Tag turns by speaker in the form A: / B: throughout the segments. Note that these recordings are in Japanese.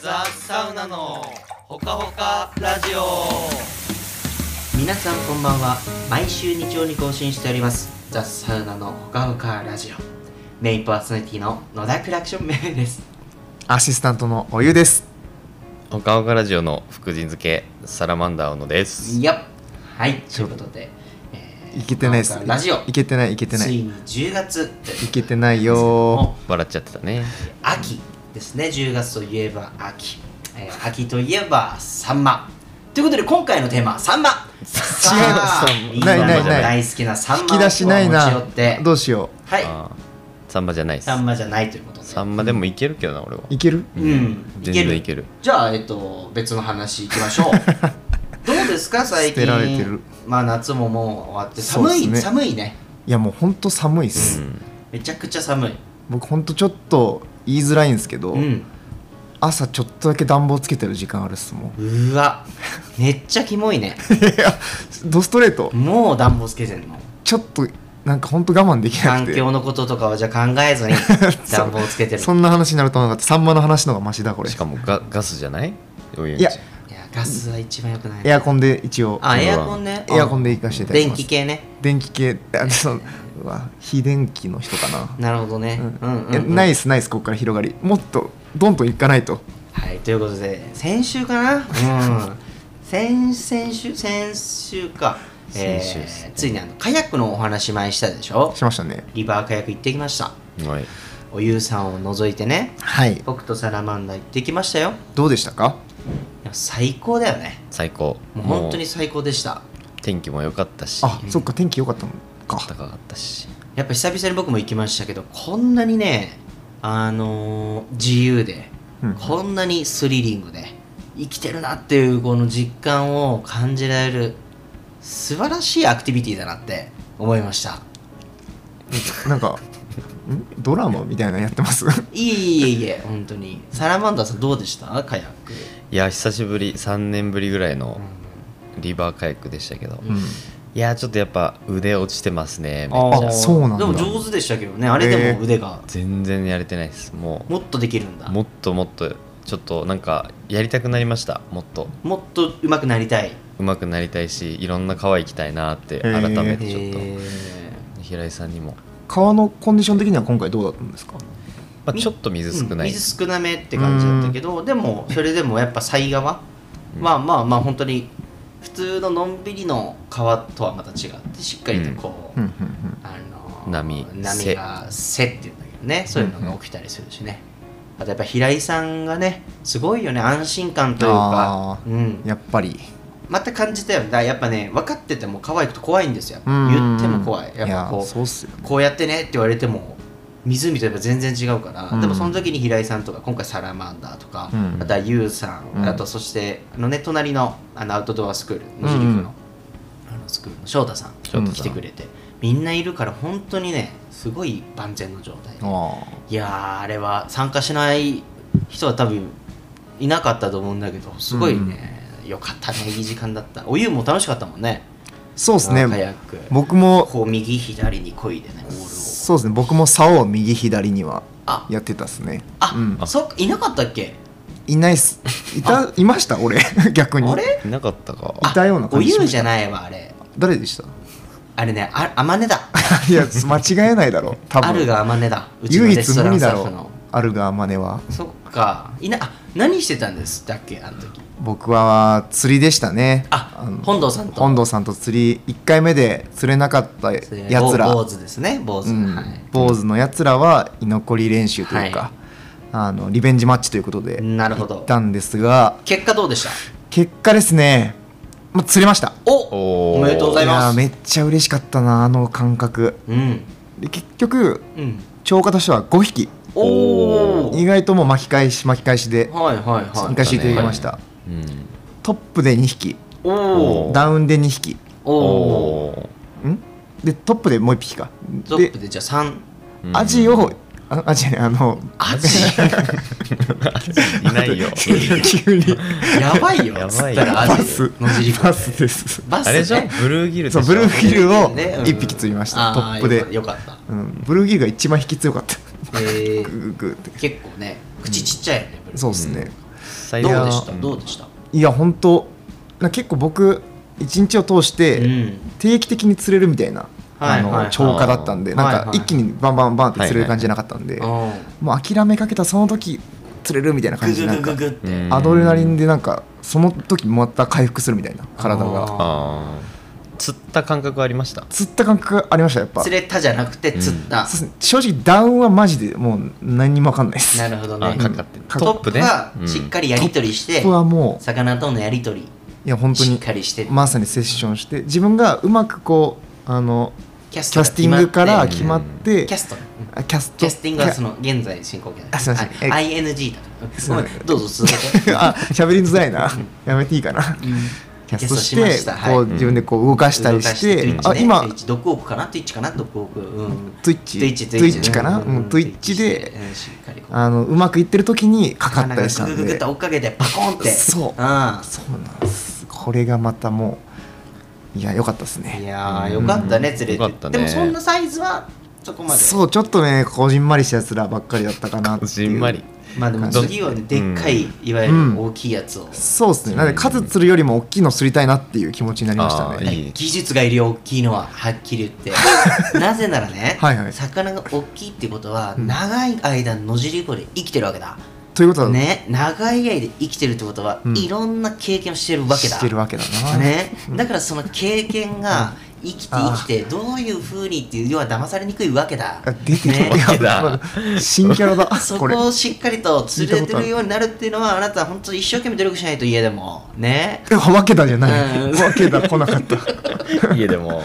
A: ザ・サウナのほかほかラジオ
B: 皆さんこんばんは毎週日曜に更新しておりますザ・サウナのほかほかラジオメインパーソナリティの野田クラクションメイです
C: アシスタントのお湯です。
D: ほかほかラジオの福神漬けサラマンダー小野です
B: いやはいということで、え
C: いけてないです。
B: ラジオ
C: いけてない、いけてな
B: つ
C: い。
B: いに10月と
C: いけてないよ
B: も
D: 笑っちゃってたね
B: う秋ですね10月といえば秋、えー秋といえばサンマということで今回のテーマサンマさあ
C: サンマ
B: みんなの
D: ないないない
B: 大好きなサンマを
C: ー。引き出しない
B: 持ち寄
C: な
B: っ。て
C: どうしよ
B: はい
D: あーサンマじゃないです
B: サンマじゃないということで
D: サンマでもいけるけどな俺は
C: う。いける
B: うんい
D: 全
B: ける
D: 然いける
B: じゃあ、えっと、別の話いきましょ う。どうですか、最近。
C: 捨てられてる
B: まあ、夏ももう終わって、
C: そう
B: 寒
C: っ
B: い、
C: すね
B: 寒いね。
C: いやもうほんと寒いっす。
B: めちゃくちゃ寒い。
C: 僕ほんとちょっと言いづらいんですけど、
B: うん。
C: 朝ちょっとだけ暖房つけてる時間あるっすもん。
B: うわ、めっちゃキモいね。
C: ドストレート
B: もう暖房つけてんの。
C: ちょっとなんかほんと我慢できな
B: 環
C: くて。
B: 境のこととかはじゃあ考えず に暖房つけてる。
C: そんな話になると思わなかった。サンマの話の方がマシだこれ
D: し。かもガガスじゃないお湯
C: いや
B: いや、ガスは一番良くない、
C: エアコンで一応。
B: あ、エアコンね。
C: エアコンで行かせていただき
B: 電
C: ます
B: 気。系ね。
C: 電気系。あそのうわ非電気の人かな。
B: なるほどね。う
C: うんん
B: うん、うん
C: いやナイスナイスここから広がりもっとどんどんいかないと
B: はい、ということで、先週かなうん。先、先週、先週か。
D: 先週っすね
B: ついにあの、カヤックのお話前したでしょ
C: しましたね
B: リバーカヤック行ってきました。
D: はい
B: おゆうさんを除いてね、
C: はい
B: 僕とサラマンダ行ってきましたよ。
C: どうでしたか
B: いや最高だよね。
D: 最高
B: もう本当に最高でした。
D: 天気も良かったし
C: あ、そっか天気良かったの
D: 暖
C: か
D: かかったし
B: やっぱ久々に僕も行きましたけど、こんなにね、あのー自由で、
C: うん
B: こんなにスリリングで、生きてるなっていうこの実感を感じられる、素晴らしいアクティビティだなって思いました。
C: なんか んドラマみたいなのやってます
B: いえいえいえ、本当に。サラマンダーさんどうでしたカヤック。
D: いや久しぶり3年ぶりぐらいのリバーカヤックでしたけど、
B: ん
D: いやちょっとやっぱ腕落ちてますねめっ
B: あ
D: ち
B: ー
D: ゃ
C: そうなんだ
B: でも上手でしたけどね、あれでも腕が
D: 全然やれてないですもう
B: もっとできるんだ。も
D: もっともっとちょっとなんかやりたくなりましたもっと
B: っと上手くなりたい。
D: 上手くなりたいしいろんな川行きたいなって
C: へー
D: 改め
B: へ
D: てちょっと、
B: え。
D: 平井さんにも、
C: 川のコンディション的には今回どうだったんですか
D: まあ、
B: み
D: ちょっと水少
B: うん
D: ない、
B: 水少なめって感じだったけどでもそれでもやっぱ犀川、まあまあまあ本当に普通ののんびりの川とはまた違ってしっかりとこう、
C: うんうんうん
B: あのー
D: 波
B: 波が「せ」っていうんだけどねそういうのが起きたりするしね、あとやっぱ平井さんがねすごいよね安心感というか
C: あ、
B: うん、
C: やっぱり
B: また感じたよねだからやっぱね分かってても川行くと怖いんですよ
C: うん
B: 言っても怖いやっぱ
C: や
B: こう
C: そうっすよ
B: こうやってねって言われても湖といえば全然違うから、
C: うん
B: でもその時に平井さんとか今回サラマンダーとか、
C: うん
B: あとはユウさん、
C: うん
B: あとそしてあのね隣のあのアウトドアスクール野尻
C: うん
B: 区
C: うん
B: の,、あのスクールの翔太さん
C: 翔太さん
B: 来てくれてみんないるから本当にねすごい万全の状態で
C: あ
B: いやーあれは参加しない人は多分いなかったと思うんだけどすごいね、よかったねいい時間だったお湯も楽しかったもんね
C: ーそうです
B: カヤッ
C: ね
B: ク
C: 僕も
B: こう右左に漕いでねオールを
C: そうですね僕も竿を右左には
B: あ
C: やってたっすね
B: あ、
C: うん
B: そっかいなかったっけ
C: いないっすいたいました俺 逆に
B: あれ
D: いなかったか
C: いたような感じしました
B: おゆうじゃないわあれ
C: 誰でした
B: あれねああまねだ
C: いや間違えないだろう多分
B: あるがあまねだうちの
C: 唯
B: レ
C: 一
B: スト
C: 無
B: ラン
C: 理
B: スタ
C: だ
B: ッ
C: ろ
B: フ
C: う
B: の
C: あるが真似は
B: そっかいなあ何してたんですだっけあの時
C: 僕は釣りでしたね
B: あ
C: の
B: 本堂さんと
C: 本堂さんと釣り1回目で釣れなかったやつら
B: 坊主ですね坊主、
C: うん
B: はい
C: 坊主のやつらは居残り練習というか、
B: はい
C: あのリベンジマッチということで
B: なるほ
C: 行
B: ど
C: ったんですが
B: 結果どうでした
C: 結果ですね、まあ、釣れました
B: お
D: おー
B: おめでとうございます
C: やーめっちゃ嬉しかったなあの感覚
B: うん
C: で結局
B: うん
C: 釣果としては5匹
B: おお
C: 意外ともう巻き返し巻き返しで
B: はいはいは
C: 行
B: い
C: かせていただきました、
D: うん
C: トップで2匹
B: おお
D: お
C: ダウンで2匹
B: おお
D: おー
C: んでトップでもう1匹か
B: ト
C: で
B: ップでじゃあ三
D: うん
C: アジをあアジねあの
B: アジ
D: いな いよ
C: 急に
B: やば いよ
D: やばいよ
B: つったらアジ
C: バス
B: 野尻湖
C: バスです
B: バス
D: あ
B: ね
D: れでしょブルーギル
C: そう
D: でしょ
C: ブルーギルを
B: ねうん
C: 1匹釣りました、
B: あ
C: ト
B: ー
C: ップで
B: よかったよか
C: うん、ブルーギルが一番引き強かった
B: った、え
C: グ
B: ー
C: ーグーって
B: 結構ね口ちっちゃいよね、ブルー
C: そうですね、
D: 最
B: ど
D: 高
B: う
D: で
B: で
D: し
B: したたどうでした
C: いや本当なんか結構僕一日を通して、
B: うん
C: 定期的に釣れるみたいな、
B: はい
C: あの
B: はいはい
C: 超過だったんで、
B: はい
C: な
B: は
C: ん
B: い
C: か一気にバンバンバンって釣れる感じじゃなかったんで、
B: う
C: もう諦めかけたその時釣れるみたいな感
B: ん
C: じでなんか
B: グって
D: うん
C: アドレナリンでなんかその時また回復するみたいな体が
B: あー
D: あー釣った感覚ありました
C: 釣った感覚がありましたやっぱ
B: 釣れたじゃなくて釣った、
C: そうっすね正直ダウンはマジでもう何にも分かんないです
B: なるほど
D: あ
B: ね
D: かかってる
C: ト
B: トップ
D: ね
B: はしっかりやり取りして、
C: ここはも
B: 魚とのやり取
C: ういや本
B: り
C: 当
B: しっ
C: に
B: かりして、
C: まさにセッションして自分がうまくこうあの
B: キャ
C: キャスティング
B: が
C: か
B: 決まっ
C: ら
B: て
C: 決まって
B: キャスト
C: あキャスト
B: キャスティングはそ
C: の
B: の現在進行形だ
C: あすいません
B: あ ING だから
C: すい
B: ごめ
C: ま
B: ん
C: せん
B: どうぞ続 けて
C: あ喋りづらいなやめていいかなキャスト
B: キャストし
C: し
B: ま
C: て
B: したはい
C: こう自分でこう動かしたりして、
B: 動か
C: あ
B: して
C: 今
B: Twitch ね Twitch ドクオクかな Twitch かなドクオクうん
C: ツイッチ
B: Twitch
C: ツイッチかな、
B: うん
C: うん、ツイッチで、
B: うんしっかりこう
C: あのうまくいってる時にかかったりした
B: ググ
C: ん
B: ググ
C: で
B: っと追っかけてパコンって
C: そうんそうなんですこれがまたもういや良かったです
B: い
C: ね
B: やーよかったね
D: うん
B: 釣れ
D: よか
B: て
D: ったね
B: でもそんなサイズはそこまで
C: そうちょっとねこじんまりしたやつらばっかりだったかなって
D: こ
C: いう
D: じんまり
B: まあでも次はねでっかいいわゆ
C: うん
B: る大きいやつを
C: そうですねなんで数釣るよりも大きいの釣りたいなっていう気持ちになりました
D: あー
C: ね
D: いい
B: 技術がいるよ大きいのははっきり言 ってなぜならね
C: はいはい
B: 魚が大きいってことは
C: うん
B: 長い間野尻湖で生きてるわけだ
C: ということは、
B: ね長い間生きてるってことは
C: うん
B: いろんな経験をしてるわけだ
C: してるわけだな、
B: ね、だからその経験が生きて生きてどういうふうにっていう要は騙されにくいわけだ
C: あ出てき
B: ね
C: た、
D: けだ
C: まだ 新キャラだ
B: そ
C: これ
B: こをしっかりと釣れてるようになるっていうのはあなたは本当に一生懸命努力しないと家でも ね
C: えわけだじゃない、
B: うん
C: わけだ来な かった
D: 家でも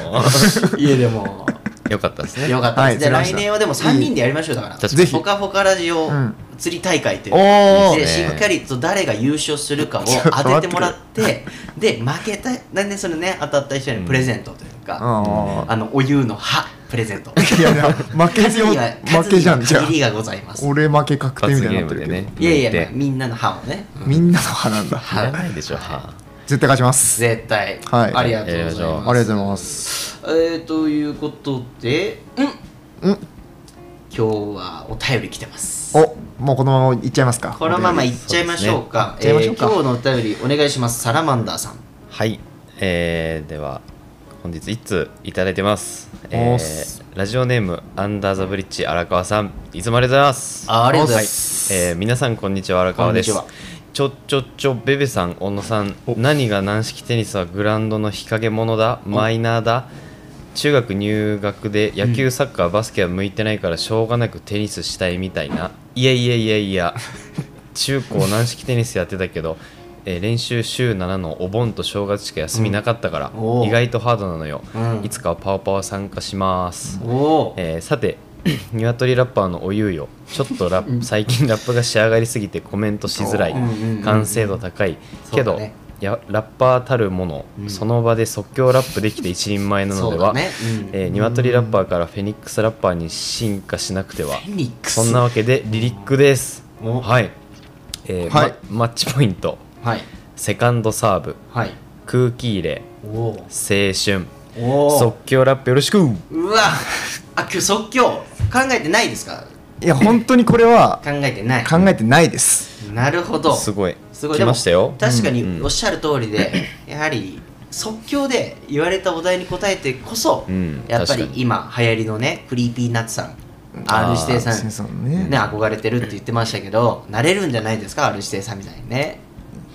B: 家でも
D: よかったですね
B: よかったです、
C: はい
B: じゃあ
C: 釣れ
B: 来年
C: ました
B: はでも3人でやりましょうだから
D: 確
C: かに
B: ほかほかラジオ
C: うん
B: 釣り大会という、
C: おー
B: で
D: ね
B: しっかりと誰が優勝するかを当ててもらってで負けたなんでそれね当たった人にプレゼントというか、
C: あ
B: あのお湯の歯プレゼン ト
C: ーいやいや負け
B: 数
C: よ
B: には
C: 負けじゃんじゃ
B: 数には
C: あ
B: 限りがございます
C: 俺負け確定み
D: 罰
C: たいに
D: ゲー
C: なって
D: ム
C: る
D: で
C: けど、
D: ね
B: いやいや
D: 抜て
B: みんなの歯をね
C: みんなの歯なんだ
D: いらないでしょは
C: 絶対勝ちます
B: 絶対、
C: はい
B: ありがとうござい
C: あ
B: ま
C: り
B: す
C: がとうございます
B: えー、ということで、うん、
C: うん
B: 今日はお便り来てます。
C: おもうこのままいっちゃいますか
B: このまま
C: い
B: いっちゃいましょうか。
C: そうですね
B: え
C: い
B: ー
C: っちゃいましょ
B: 今日のお便りお願いします。サラマンダーさん。
D: はい、えーでは本日1通いただいてます、え
C: おっ
D: ー
C: す、
D: ラジオネームアンダーザブリッジ荒川さんいつもありがとうございます
B: あありがとうございます
D: はいえー皆さんこんにちは荒川です
B: こんにち
D: ちょちょちょベベさん小野さん何が軟式テニスはグラウンドの日陰者だマイナーだ中学入学で野球、サッカーバスケは向いてないからしょうがなくテニスしたいみたいないやいやいやいや中高軟式テニスやってたけど、えー練習週7のお盆と正月しか休みなかったから、
B: うんおー
D: 意外とハードなのよ、
B: うん
D: いつかはパワパワ参加します、
B: おおー。
D: えーさて 鶏ラッパーのおゆうよちょっとラップ最近ラップが仕上がりすぎてコメントしづらい
B: うんうんうんうん
D: 完成度高い
B: そう
D: け
B: だ
D: ど、
B: ね
D: やラッパーたるもの、
B: うん
D: その場で即興ラップできて一人前なの
B: そ
D: で
B: うだ
D: は、
B: ね。うん
D: えー、ニワトリラッパーからフェニックスラッパーに進化しなくては
B: フェニックス
D: そんなわけでリリックです
B: お
D: はい、えー
C: はい
D: まマッチポイント
B: はい。
D: セカンドサーブ
B: はい。
D: 空気入れ
B: おお。
D: 青春
B: おお。
D: 即興ラップよろしく
B: うわ。あ、今日即興。考えてないですか
C: いや本当にこれは
B: 考えてない。
C: 考えてないです
B: なるほど。
D: すごい
B: すごい
D: 来ましたよ
B: でも確か
D: うんう
B: に
D: ん
B: おっしゃる通りで、 やはり即興で言われたお題に答えてこそ、
D: うん
B: やっぱり
D: 確かに
B: 今流行りのねクリーピーナッツさん R 指定さ
C: 先
B: ん
C: 生ね
B: ね憧れてるって言ってましたけどなれるんじゃないですか R 指定さんみたいにね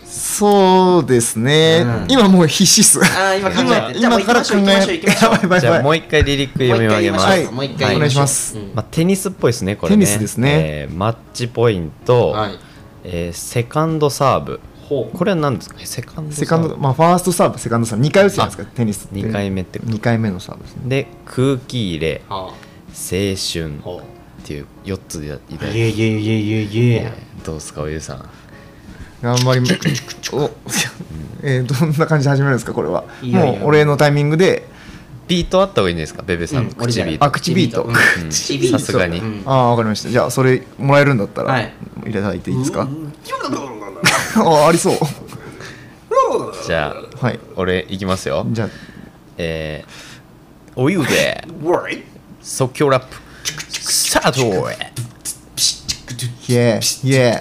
C: そうですね、
B: うん
C: 今もう必死っす
B: ああ今考えてるじゃあもう
C: 今
B: 行きましょう行きましょう行きましょう
C: やばいやばい
D: じゃあもう一回リリック読み上げます
C: は
B: 回
C: い
B: 言いましょうもう一
D: は
B: 回
D: い
C: お願いします
B: うん
D: まあ、テニスっぽいですねこれ
C: テニ
D: ね
C: スですね
D: えーマッチポイント、
B: はい
D: えーセカンドサーブ
B: ほ
D: これは何ですかセカンドサーブ
C: セカンド、まあ、ファーストサーブ、セカンドサーブ、2回打つじゃないですか、テニスって。
D: 2回目ってこと
C: 2回目のサーブですね。
D: で空気入れ
B: うは
D: 青春
B: あほ
D: っていう4つでやっていた
B: う
D: だい
B: い
D: て、
B: やいやいやいやいや
D: どうですかおゆうさん
C: 頑張 りま、お、えーどんな感じで始めるんですか、これは。
B: いやいや
C: もう、お礼のタイミングで、
D: ビートあった方がいいんじゃないですかベベさんの
B: うん俺じ
D: 口
B: ゃない
D: ビート、
C: あ、口ビート。
B: うん
D: うん
B: 口ビート
D: さすがに、
B: うん
C: ああ、わかりました。じゃあ、それもらえるんだったら、
B: はい
C: い、ただいていいですか。
B: は
C: あ、ありそう。
D: じゃあ
C: はい。
D: 俺いきますよ
C: じゃあ、
D: えー、お湯で即興ラップスタート
C: イエーイ、イエーイ。
B: い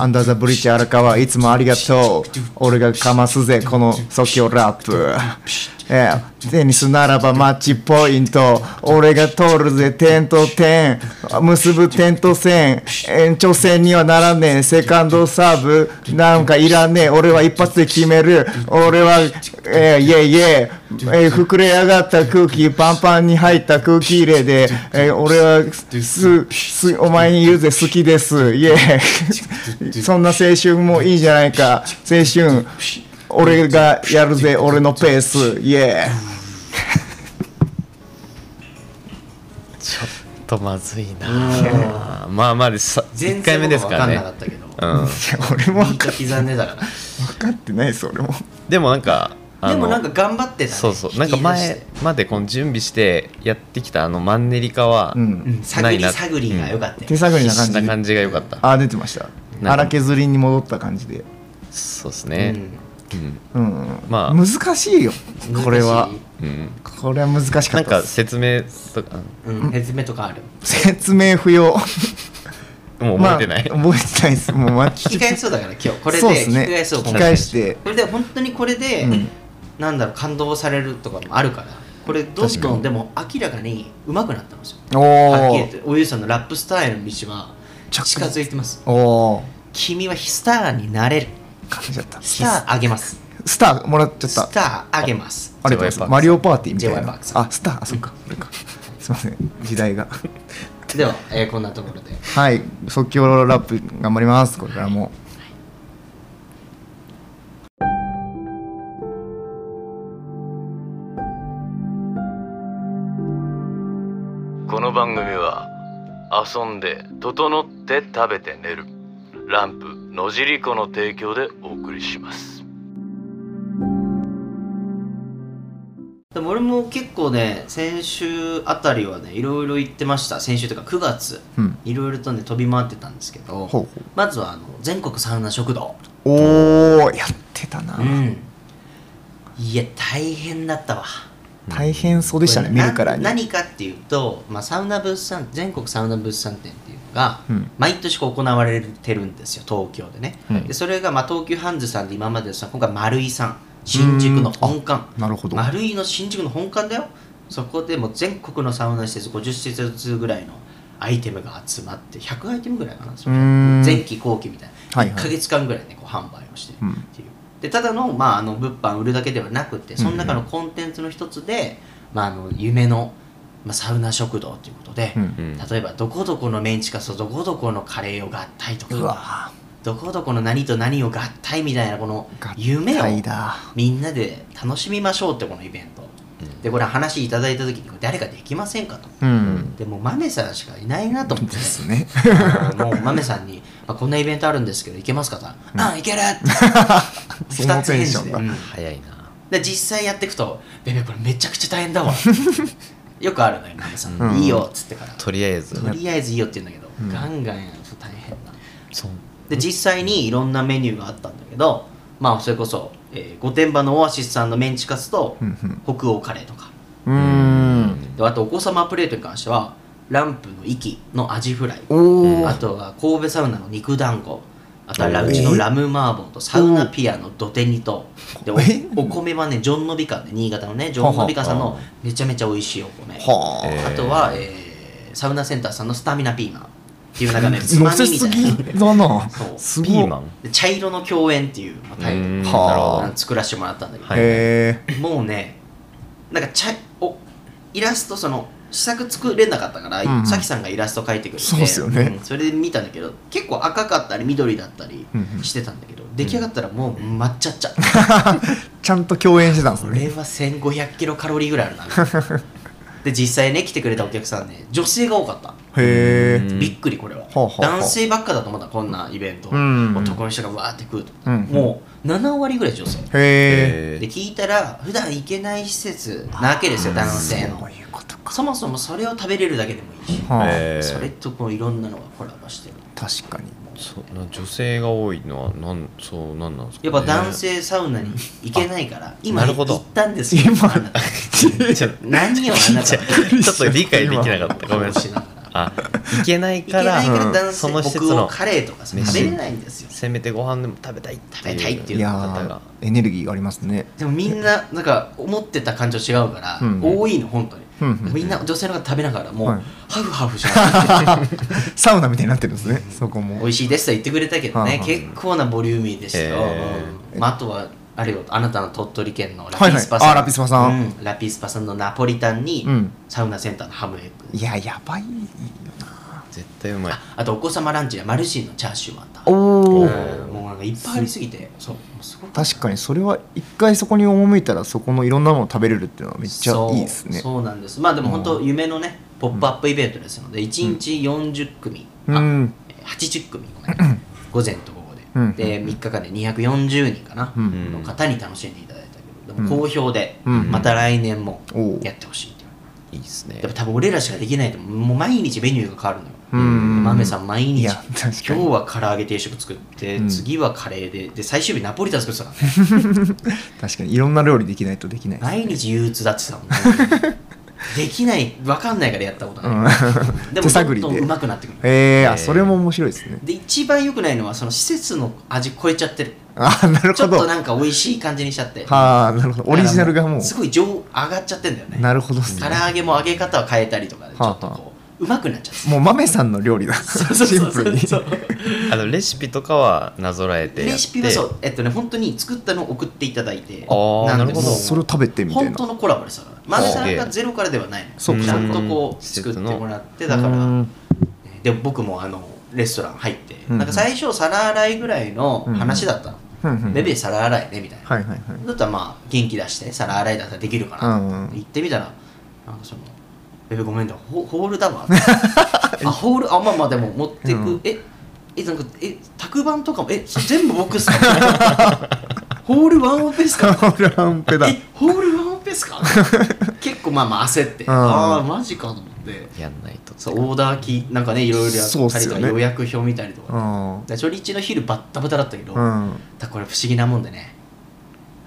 C: アンダーザブリッジ荒川いつもありがとう俺がかますぜこの即興ラップええテニスならばマッチポイント俺が通るぜ点と点結ぶ点と線延長線にはならねえセカンドサーブなんかいらねえ俺は一発で決める俺はええイエイイエイえー膨れ上がった空気パンパンに入った空気入れで、えー俺はすすお前に言うぜ好きですイエーイ そんな青春もいいじゃないか青春俺がやるぜ俺のペースイエーイ
D: ちょっとまずいなまあまあでさ1回目ですか
B: 全然僕分か
D: ら
B: んなか
D: ね
B: ったけ ど、
D: うん
C: 俺も
B: ビー
C: 分
B: ト刻んでたか
C: かってないです俺も
D: でもなんかあ
B: ら
D: の
B: でもなんか頑張ってた、ね、
D: そうそうなんか
B: 引き出し
D: 前
B: て
D: までこの準備してやってきたあのマンネリ化は、
C: うん
B: うん探
D: ない
B: り
D: な
B: 探りが良かったよ、
C: 手探りな感
D: 必死
C: じ
D: な
C: で
D: 感じが良かった
C: ああ出てました
D: か
C: 荒削りに戻った感じで
D: そうですねうん、
C: うん、
D: まあ
C: 難しいよ
B: うん
C: これは
B: 難しい
D: うん
C: これは難しかった
D: な
C: っ
D: んか
C: す
D: 説明とか
B: うん、説明とかある
C: 説明不要
D: もう覚えてない、
C: まあ、覚えてないですもうマッ
B: 聞き
C: チ
B: 返しそうだから今日これで
C: そうで
B: 聞
C: す
B: き
C: ね
B: 返そう
C: 聞き返して
B: これで本当にこれで、
C: うん
B: なんだろう感動されるとかもあるからこれどん
D: 確
B: どんでも明らかに上手くなったんですよ
C: お
B: はっきり言っ
C: ー
B: ておゆうさんのラップスターへの道は近
C: 着
B: づいてます
C: おー
B: 君はスターになれる
C: 感じちゃった
B: スターあげます
C: スターもらっちゃっ
B: ス
C: た
B: ターあげます
C: ありがとうございます
D: J.Y.
C: マリオパーティーみたい
B: J.Y. パ
C: な
B: ークさん
C: あスターあそっかこれかすいません時代が
B: では、えーこんなところで
C: はい即興ラップ頑張りますこれからも
E: この番組は遊んで整って食べて寝るランプ野尻湖の提供でお送りします
B: でも俺も結構ね先週あたりはねいろいろ行ってました先週というか9月
C: うん
B: いろいろとね飛び回ってたんですけど
C: ほうほう
B: まずはあの全国サウナ食堂
C: おーやってたな、
B: うんいや大変だったわ
C: 大変そうでしたね
B: これ
C: 見
B: な
C: るからに
B: 何かっていうと、まあ、サウナ物産全国サウナ物産展っていうのが、
C: うん
B: 毎年こう行われてるんですよ東京でね、
C: うん
B: でそれがまあ東急ハンズさんで今までさ今回丸井さん新宿の本館
C: なるほど
B: 丸井の新宿の本館だよそこでもう全国のサウナ施設50施設ずつぐらいのアイテムが集まって100アイテムぐらいかなそれ
C: うーん
B: 前期後期みたいな、
C: はいはい
B: 1か月間ぐらいねこう販売をして
C: うん
B: っていうでただの,、まああの物販売るだけではなくてその中のコンテンツの一つで、まあ、あの夢の、まあ、サウナ食堂ということで、
C: うん
D: うん
B: 例えばどこどこのメンチカツとどこどこのカレーを合体と
C: う
B: か
C: わ
B: どこどこの何と何を合体みたいなこの
C: 合体
B: 夢を
C: だ
B: みんなで楽しみましょうってこのイベント、でこれ話いただいた時にこれ誰かできませんかと
C: うん
B: でもう豆さんしかいないなと思って
C: ですね
B: あのもう豆さんに、まあ、こんなイベントあるんですけど行けますかと「ああ行ける!」
C: そのテンションだ
B: 二つ返事でうん
D: 早いな
B: で実際やっていくと「ベベこれめちゃくちゃ大変だ わ」よくあるのよ豆さん、
C: うん
B: いいよ」っつってからと
D: とりあえず
B: りあえずいいよって言うんだけど、
C: ん
B: ガンガンやると大変だ
D: そう
B: で実際にいろんなメニューがあったんだけどまあそれこそ、えー御殿場のオアシスさんのメンチカツと
C: うんうん
B: 北欧カレーとか
C: うーん
B: であとお子様プレートに関してはランプの息のアジフライ
C: おお
B: あとは神戸サウナの肉団子あとはラうちのラムマーボンとサウナピアのドテニとでお
C: え
B: お米はねジョンノビカンで新潟のねジョンノビカさんのめちゃめちゃ美味しいお米
C: はあ
D: えー
B: あとは、えーサウナセンターさんのスタミナピーマンっていうなんかねつ
C: 乗
B: ま
C: せ
B: みみた
C: す
B: い
C: ぎ
B: な
C: だな
B: そう
C: すごい
D: ピーマン
B: で茶色の共演っていう、まあ、タイ
D: う
B: プ
D: ん
C: はあ
D: なるほど
B: 作らせてもらったんだけど、
D: はい
C: へえ
B: もうねなんか茶おイラストその試作作れなかったから、
C: うんうん
B: さきさんがイラスト描いてくれて
C: そうっすよね
B: んそれで見たんだけど結構赤かったり緑だったり
C: うんうん
B: してたんだけど、出来上がったらもう抹茶っちゃ
C: ちゃんと共演してたんです
B: こ
C: ね
B: れは1500キロカロリーぐらいあるなで実際ね来てくれたお客さんね女性が多かった
C: へえ
D: うん
B: びっくりこれは、
C: あはあはあ
B: 男性ばっかだと思ったこんなイベント、
C: うん
B: 男の人がわーって来ると、
C: うん
B: もう7割ぐらい女性
C: へえ
D: え
B: で聞いたら普段行けない施設なわけですよ男性の
C: そういうことか
B: そもそもそれを食べれるだけでもいいし、
C: はあ
D: えー
B: それとこういろんなのがコラボしてる
C: 確かに
D: そうな女性が多いのはなんそうなんなんですか、
B: や
D: ね、
B: っぱ男性サウナに行けないから今
D: な
B: 行
D: るほど
B: ったんですよ
C: 今
B: あなた何をあなた
D: ちょっと理解できなかったごめんなさい
B: しながら
D: あいけない
B: いけ
D: か
B: な
D: ら
B: いから男
D: そ
B: 性
D: の施設
B: 僕を
D: の
B: カレーとかさ
D: 飯
B: 食べれないんですよ
D: せめてご飯でも食べたいって
B: 食
D: いう
B: べたいって
C: い
B: いう
C: や
D: 方
C: ー
D: が
C: エネルギーがありますね
B: でもみんななんか思ってた感情違うから、
C: うん
B: 多いの本当に、
C: うんうん
B: みんな女性の方食べながらもう、
C: はい
B: ハフハフじゃん
C: サウナみたいになってるんですねそこも
B: 美味しいですと言ってくれたけど
C: はい
B: ね
C: はい
B: 結構なボリューミーでしたよ、
D: へ
B: うんまあ、あとはあれよあなたの鳥取県のラ
C: はい
B: ピ
C: は
B: ー
C: い
B: スパさん、
C: あラピスパさん
B: うんラピスパさんのナポリタンに、
C: うん
B: サウナセンターのハムエッグ
C: いややばいよ
D: 絶対うまい
B: あとお子様ランチやマルシーのチャーシューもあった
C: おお
B: うんもうなんかいっぱいありすぎてそうすごく
C: 確かにそれは一回そこに赴いたらそこのいろんなもの食べれるっていうのはめっちゃいいです
B: そ
C: ね
B: うそうなんですまあでも本当夢のね、ポップアップイベントですので1日40組、
C: うん
B: あ
C: うん
B: えー80組ごめんなさ い午前と午後で、
C: うん
B: で3日間で240人かな、
C: うん
B: の方に楽しんでいただいたけどで
C: うん
B: も好評で、
C: うん
B: また来年も
C: おう
B: やってほしいって言われて
D: いいですね
B: やっぱ多分俺らしかできないと思うもう毎日メニューが変わるのよ
C: うん
B: マメさん毎
C: い
B: 日
C: や
B: 今
C: 確かに
B: 日は唐揚げ定食作って、
C: うん
B: 次はカレーでで最終日ナポリタン作って たからね
C: 確かにいろんな料理できないとできないです
B: 毎日憂鬱だってたもんね できない分かんないからやったこと
C: うん
B: ない、でも
C: 手
B: ど
C: 探り
B: ん
C: で
B: どん上手くなってくる
C: へえー、
D: え
C: あ
D: ー
C: それも面白いですね
B: で一番良くないのはその施設の味超えちゃってる
C: あなる
B: ちょっ
C: ほど
B: となんか美味しい感じにしちゃって
C: はあなるほどオリジナルがも
B: だからす
C: う
B: ごい上上がっちゃってんだよね
C: なるほどっす
B: 唐
C: ね
B: 揚げも揚げ方を変えたりとかでちょっと
C: はあ
B: こううまくなっちゃって
C: もう豆さんの料理だ シンプルに
B: そう
D: あのレシピとかはなぞらえてやって
B: レシピはそうえっとね本当に作ったのを送っていただいて
D: あー
B: んで
D: なるほど
B: もう
C: それを食べてみたい
B: 本
C: な
B: 当のコラボですからマネさ
D: すげ
B: ん
D: え
B: がゼロからではないの
C: そう
D: か
B: ちゃんと
D: う
B: こう
D: ん
B: 作ってもらってだから
C: うん
B: で僕もあのレストラン入って、
C: うん
B: なんか最初皿洗いぐらいの話だったの、
C: うんうん
B: ベビー皿洗いねみたいな、
C: はいはいはい
B: だったらまあ元気出して皿洗いだったらできるかなと思って
C: うん
B: 行ってみたらなんかその「ベベごめんだホホールだ わ」あホールあまあまあでも持ってく、
C: うん
B: ええなんかえ卓板とかもえそ全部僕っすか ホールワンオペっすか
C: カオランペだ
B: えホールワンオペっす か結構まあまあ焦って、
C: うん
B: ああマジかと思って
D: やんないと
B: そうオーダーきなんかねいろいろや
C: そうっ
B: った
C: す
B: り
C: よ
B: と
C: ね
B: か、予約表見たりとか
C: う
B: ね、
C: ん
B: で初日の昼バッタバタだったけど、だか
C: うん
B: らこれ不思議なもんでね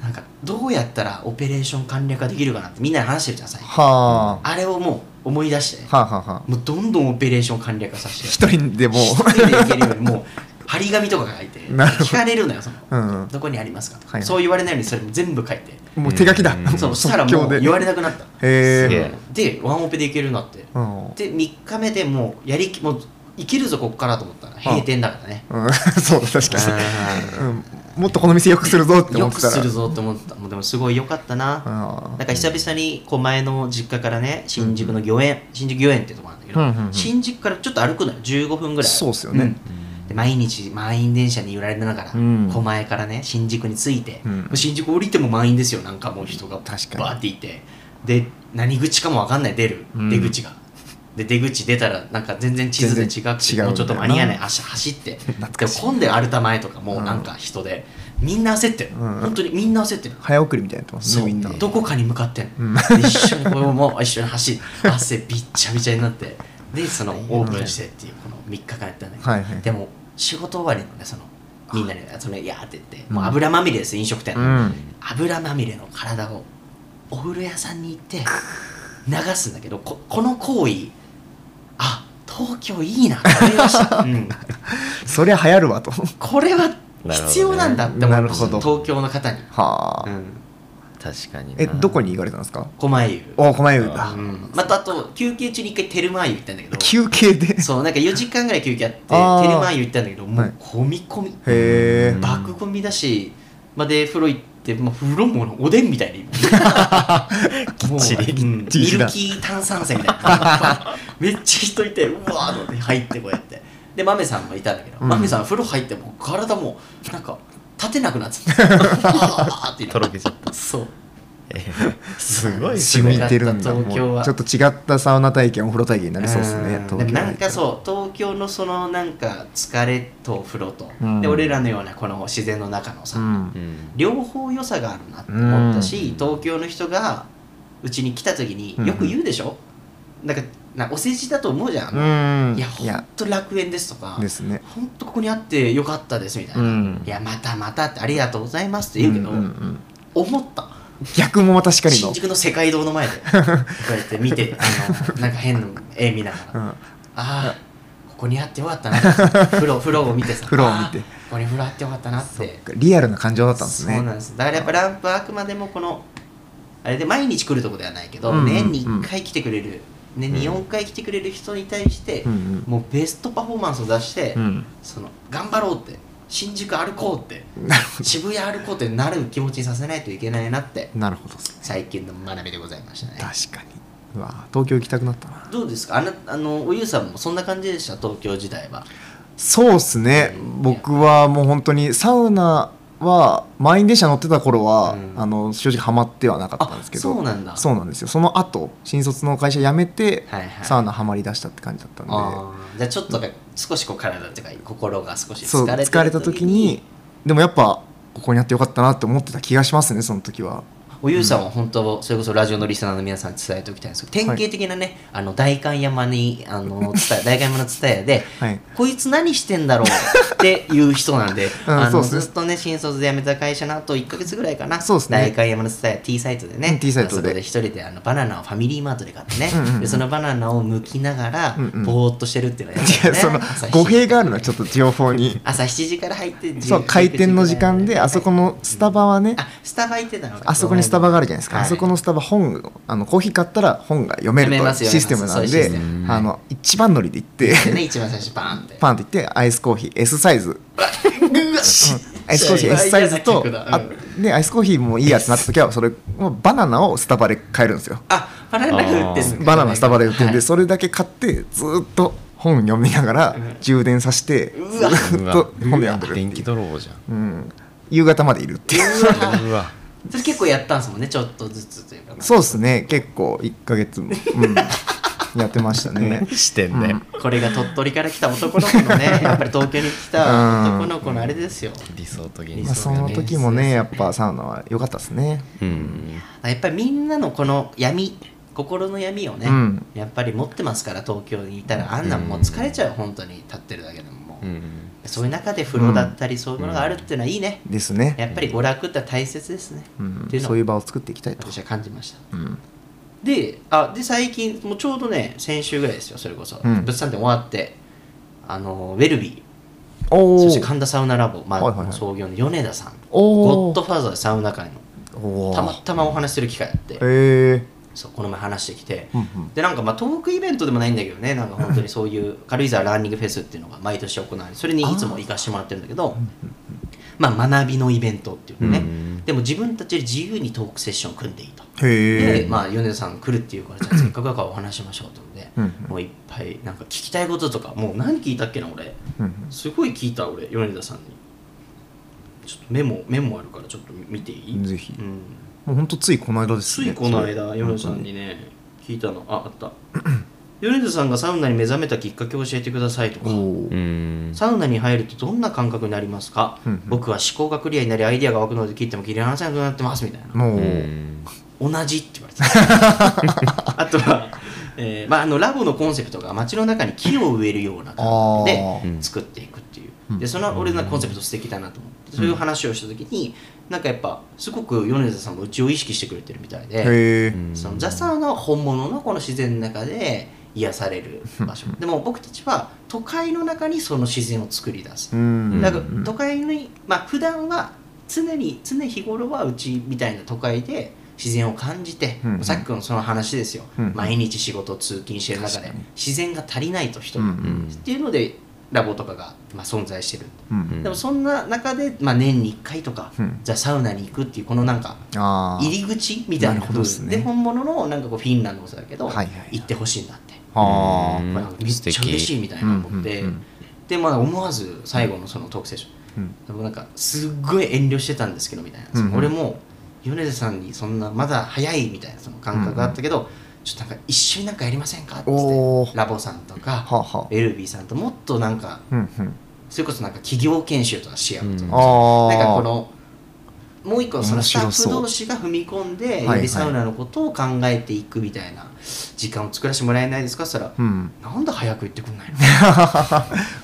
B: なんかどうやったらオペレーション簡略化できるかなってみんなで話してるじゃん最近
C: は
B: あれをもう思い出して、ね
C: あ、はあはあはあ
B: もうどんどんオペレーション簡略化させて
C: 一人でも
B: 一人でいけるようにもう張り紙とか書いて
C: なるほど
B: 聞かれるのよその、
C: うん
B: どこにありますかとか、
C: はいはい
B: そう言われないようにそれも全部書いて、
C: もう手書きだ
D: うん
B: そうしたら
C: 即
B: も
C: 興
B: う
C: で
B: 言われなくなった
C: へ
D: すげ
C: え
D: え
B: でワンオペでいけるなって
C: うん
B: で3日目でもうやりきもういけるぞこっからと思ったら閉店だからね
C: うん そうだ確か にうんもっとこの店よくするぞって思
B: よ
C: って
B: く
C: たら
B: するぞって思ってたもうでもすごい良かった
C: う
B: なんなんか久々にこう前の実家からね新宿の御苑新宿御苑ってとこなんだけど、
C: うんうんうん
B: 新宿からちょっと歩くのよ15分ぐらい
C: そうっすよね
B: んで毎日満員電車に揺られながら、
C: うん
B: 狛江からね新宿に着いて、
C: うん
B: もう新宿降りても満員ですよなんかもう人がバ
C: 確かに
B: ーっていてで何口かも分かんない出る、
C: うん
B: 出口がで出口出たらなんか全然地図で違くて
C: 全然違うんだよな
B: もうちょっと間に合わない足走ってでも混んで歩た前とかもうなんか人で、みんな焦ってる、
C: うん
B: 本当にみんな焦ってる
C: 早送りみたいになってます
B: そ
C: ねみんな
B: うどこかに向かってんの、
C: ん
B: で一緒にこれもう一緒に走り汗びっちゃびちゃになってでそのオープンしてっていうこの3日間やったんだけど、
C: はいはい
B: でも仕事終わりのねそのみんなでそのいやーって言ってもう油まみれです飲食店
C: う
B: の、
C: ん
B: 油まみれの体をお風呂屋さんに行って流すんだけどここの行為あ東京いいなって思い ました、うん
C: そりゃ流行るわと
B: これは必要なんだって思いました、
C: なるほどねなるほ
B: 東京の方に、
C: は
B: う
C: あ
B: ん、
D: 確かにな
C: えどこに行かれたんですか
B: 狛江湯
C: お狛江湯だ
B: うんまたあと休憩中に一回テルマー湯行ったんだけど
C: 休憩でへ
B: そうなんか4時間ぐらい休憩あってテル
C: あー
B: マー湯行ったんだけども
C: はいう
B: 込み込み、
C: え
B: 爆込みだしまあで風呂行って、まあ、風呂もおでんみたい にもう
C: ちり
B: うん
C: きっちり
B: ミ
C: だ
B: ルキー炭酸泉みたいな めっちゃ人いてうわーっと思って入ってこうやってでマメさんもいたんだけど、
C: ん
B: マメさん風呂入ってもう体もうなんか立てなくなっちゃ ってあーって
D: と
B: な
D: ろけちゃった
B: そう
D: す
B: ごいっす
C: 染
B: ね
C: みてるん
B: だ
C: だ
B: った東京は
C: もうちょっと違ったサウナ体験お風呂体験になりそうですね
B: ん
C: 東
B: で
C: 京
B: もなんか
C: う
B: そう東京のそのなんか疲れと風呂と、
C: うん
B: で俺らのようなこの自然の中のさ、
C: ん
D: うん
B: 両方良さがあるなって思ったし、東京の人がうちに来た時
C: うん
B: によく言うでしょ、なんかなんかお世辞だと思うじゃん、
C: うん
B: いやほんと楽園ですとか
C: ですね
B: ほんとここにあってよかったですみたいな、
C: うん
B: いやまたまたってありがとうございますって言うけど、
C: んんん
B: 思った
C: 逆も確かにの
B: 新宿の世界堂の前でこうやって見てあのなんか変な絵見ながら、
C: うん
B: ああここにあってよかった な風呂風呂を見てさ
C: 風呂を
B: ああ
C: 見て
B: ここに風呂あってよかったなって
C: リアルな感情だったんですね
B: そうなんですだからやっぱランプはあくまでもこのあれで毎日来るとこではないけど、
C: うんうんうん
B: 年に1回来てくれる年に4回来てくれる人に対して、
C: うん
B: もうベストパフォーマンスを出して、
C: うんうん
B: その頑張ろうって新宿歩こうって渋谷歩こうってなる気持ちにさせないといけないなって
C: なるほどですね
B: 最近の学びでございましたね
C: 確かにうわ東京行きたくなったな
B: どうですかあなあのおゆうさんもそんな感じでした東京時代は
C: そうっすね僕はもう本当にサウナは満員電車乗ってた頃は、
B: うん
C: あの正直ハマってはなかったんですけど
B: あそうなんだ
C: そうなんですよその後新卒の会社辞めて、
B: はいはい
C: サウナハマりだしたって感じだったんで
B: あーじゃあちょっとか少しこう体というか心が少し
C: そう
B: 疲れてる
C: 疲れた時にでもやっぱここにあってよかったなって思ってた気がしますねその時は
B: おゆうさんは本当、それこそラジオのリスナーの皆さんに伝えておきたいんですけど典型的なね、あの代官山にあの伝え 代官山の伝えで、
C: はい
B: こいつ何してんだろうっていう人なんで
C: うん
B: あ
C: そ
B: の
C: うっすね
B: ずっとね新卒で辞めた会社のあと1か月ぐらいかな
C: そうっすね
B: 代官山の伝え T サイトで
C: う
B: ね
C: ん T サイトで
B: そこで一人であのバナナをファミリーマートで買ってね
C: うんうんうん
B: でそのバナナを剥きながら、
C: うんうん
B: ぼーっとしてるっていうのをやって
C: い
B: た
C: や
B: ね
C: その
B: 朝7
C: 語弊があるのはちょっと情 報に
B: 朝7時から入って
C: そう開店の時間であそこのスタバはね
B: あスタバ行ってたのか
C: あそこにスタバがあるじゃないですか、
B: はい
C: あそこのスタバ本あのコーヒー買ったら本が読めると
B: 読め
C: いう
B: ます
C: システムなん
B: 読め
C: で
B: ますそういうシ
D: ステム
C: あの一番乗りで行って
B: ね一番最初バーンって
C: パンって行ってアイスコーヒー S サイズ
B: うわ
C: アイスコーヒー S サイズと
B: 嫌な曲だ
C: あでアイスコーヒーもいいやつになった時はそれもうバナナをスタバで買えるんですよ
B: あバナナ売ってんの
C: バナナスタバで売ってるんで
B: はい
C: それだけ買ってずーっと本読みながら充電させてず
B: うわ
C: ーっと本で読んでるって
D: 電気
C: いう
D: 泥棒じゃん
C: うん夕方までいるっていう
D: うわ
B: それ結構やったんですもんねちょっとずつというか
C: そうですね結構1ヶ 月も、うん、やってましたね
D: 何してんだよ
B: これが鳥取から来た男の子のね やっぱり東京に来た男の子のあれですよ
D: 理想的
B: 理
D: に
C: まあ、
B: 想
C: その時も
B: そうです
C: ね
B: ね
C: やっぱサウナは良かったですね
D: うん
B: やっぱりみんなのこの闇心の闇をね、
C: うん
B: やっぱり持ってますから東京にいたらあんなんもう疲れちゃう本当に立ってるだけでももう、
D: うん
B: そういう中で風呂だったりそういうものがあるっていうのはいいね、
C: ですね、
B: やっぱり娯楽って大切ですね、
C: うん
B: っていうのを
C: そういう場を作っていきたいと、
B: 私は感じました
C: うん
B: であで最近もうちょうどね先週ぐらいですよそれこそ、
C: うん
B: 物産展終わってあのウェルビー
C: おー
B: そして神田サウナラボ、まあ
C: はいはいはい
B: 創業の米田さんゴ
C: お
B: ッドファーザーサウナ界の
C: お
B: たまたまお話しする機会あって
C: へえ
B: そうこの前話してきて、
C: うんうん
B: でなんかまあトークイベントでもないんだけどねなんか本当にそういう軽井沢ランニングフェスっていうのが毎年行われそれにいつも行かしてもらってるんだけどまあ学びのイベントっていうのね、
D: うん
B: でも自分たちで自由にトークセッションを組んでいいと。
C: へ
B: で、
C: え、
B: まあ、米田さん来るっていうから、じゃあせっかくだからお話ししましょうってことで、
C: うんうん
B: もういっぱい、なんか聞きたいこととか、もう何聞いたっけな、俺。
C: うん
B: すごい聞いた、俺、米田さんに。ちょっとメモ、メモあるから、ちょっと見てい
C: うん、
B: い
C: ぜひ、
B: うん。
C: もうほんとついこの間です
B: つ
C: ね
B: いこの間、米田さんにね、聞いたの、あ、あ った。米田さんがサウナに目覚めたきっかけを教えてくださいとか
C: お。お
D: うん
B: サウナに入るとどんな感覚になりますか、
C: うんうん
B: 僕は思考がクリアになりアイデアが湧くので切っても切り離せなくなってますみたいな
C: もう、
D: うん
B: 同じって言われてたあとは、えーまあ、あのラボのコンセプトが街の中に木を植えるような感じ
C: あ
B: で
D: ー
B: 作っていくっていう、
C: うん
B: でその俺のコンセプト素敵だなと思って、そういう話をした時になんかやっぱすごく米津さんもうちを意識してくれてるみたいで、
C: へえ、
D: うん
B: そのザ・サウナは本物のこの自然の中で癒される場所でも僕たちは都会の中にその自然を作り出す
C: うん
B: なんか都会に、まあ普段は常に常日頃はうちみたいな都会で自然を感じて、
C: うんうん
B: さっきのその話ですよ、
C: うんうん
B: 毎日仕事通勤してる中で
C: 確かに
B: 自然が足りないと人に、
C: うん
D: うん
B: っていうのでラボとかが、まあ、存在してる、
C: うん
B: でもそんな中で、まあ、年に1回とか、
C: うん
B: じゃあサウナに行くっていうこのなんか
C: ああ
B: 入り口みたい
C: な
B: な
C: るほどですね
B: で本物のなんかこうフィンランドもそうだけど、
C: はいはいはい
B: 行ってほしいんだって、
C: あ
D: うん
B: これなんかめっちゃ嬉しいみたいな思って、
C: うんうんうん
B: でまあ思わず最後のそのトークセッション、僕なんかすっごい遠慮してたんですけどみたいな、
C: うんうん
B: 俺も米津さんにそんなまだ早いみたいなその感覚があったけど、ちょっとなんか一緒になんかやりませんかって
C: おー
B: ラボさんとか、
C: はあはあ
B: エルビーさんともっとなんか
C: うんうん
B: それこそなんか企業研修とかし合うと
D: うん
B: か、
C: ああ
B: なんかこのもう一個その
C: 面
B: スタ
C: 白そう
B: ッフ同士が踏み込んで
C: はい
B: よりサウナのことを考えていくみたいな時間を作らせてもらえないですかそしたら
C: う、ん
B: なんで早く言ってくんないの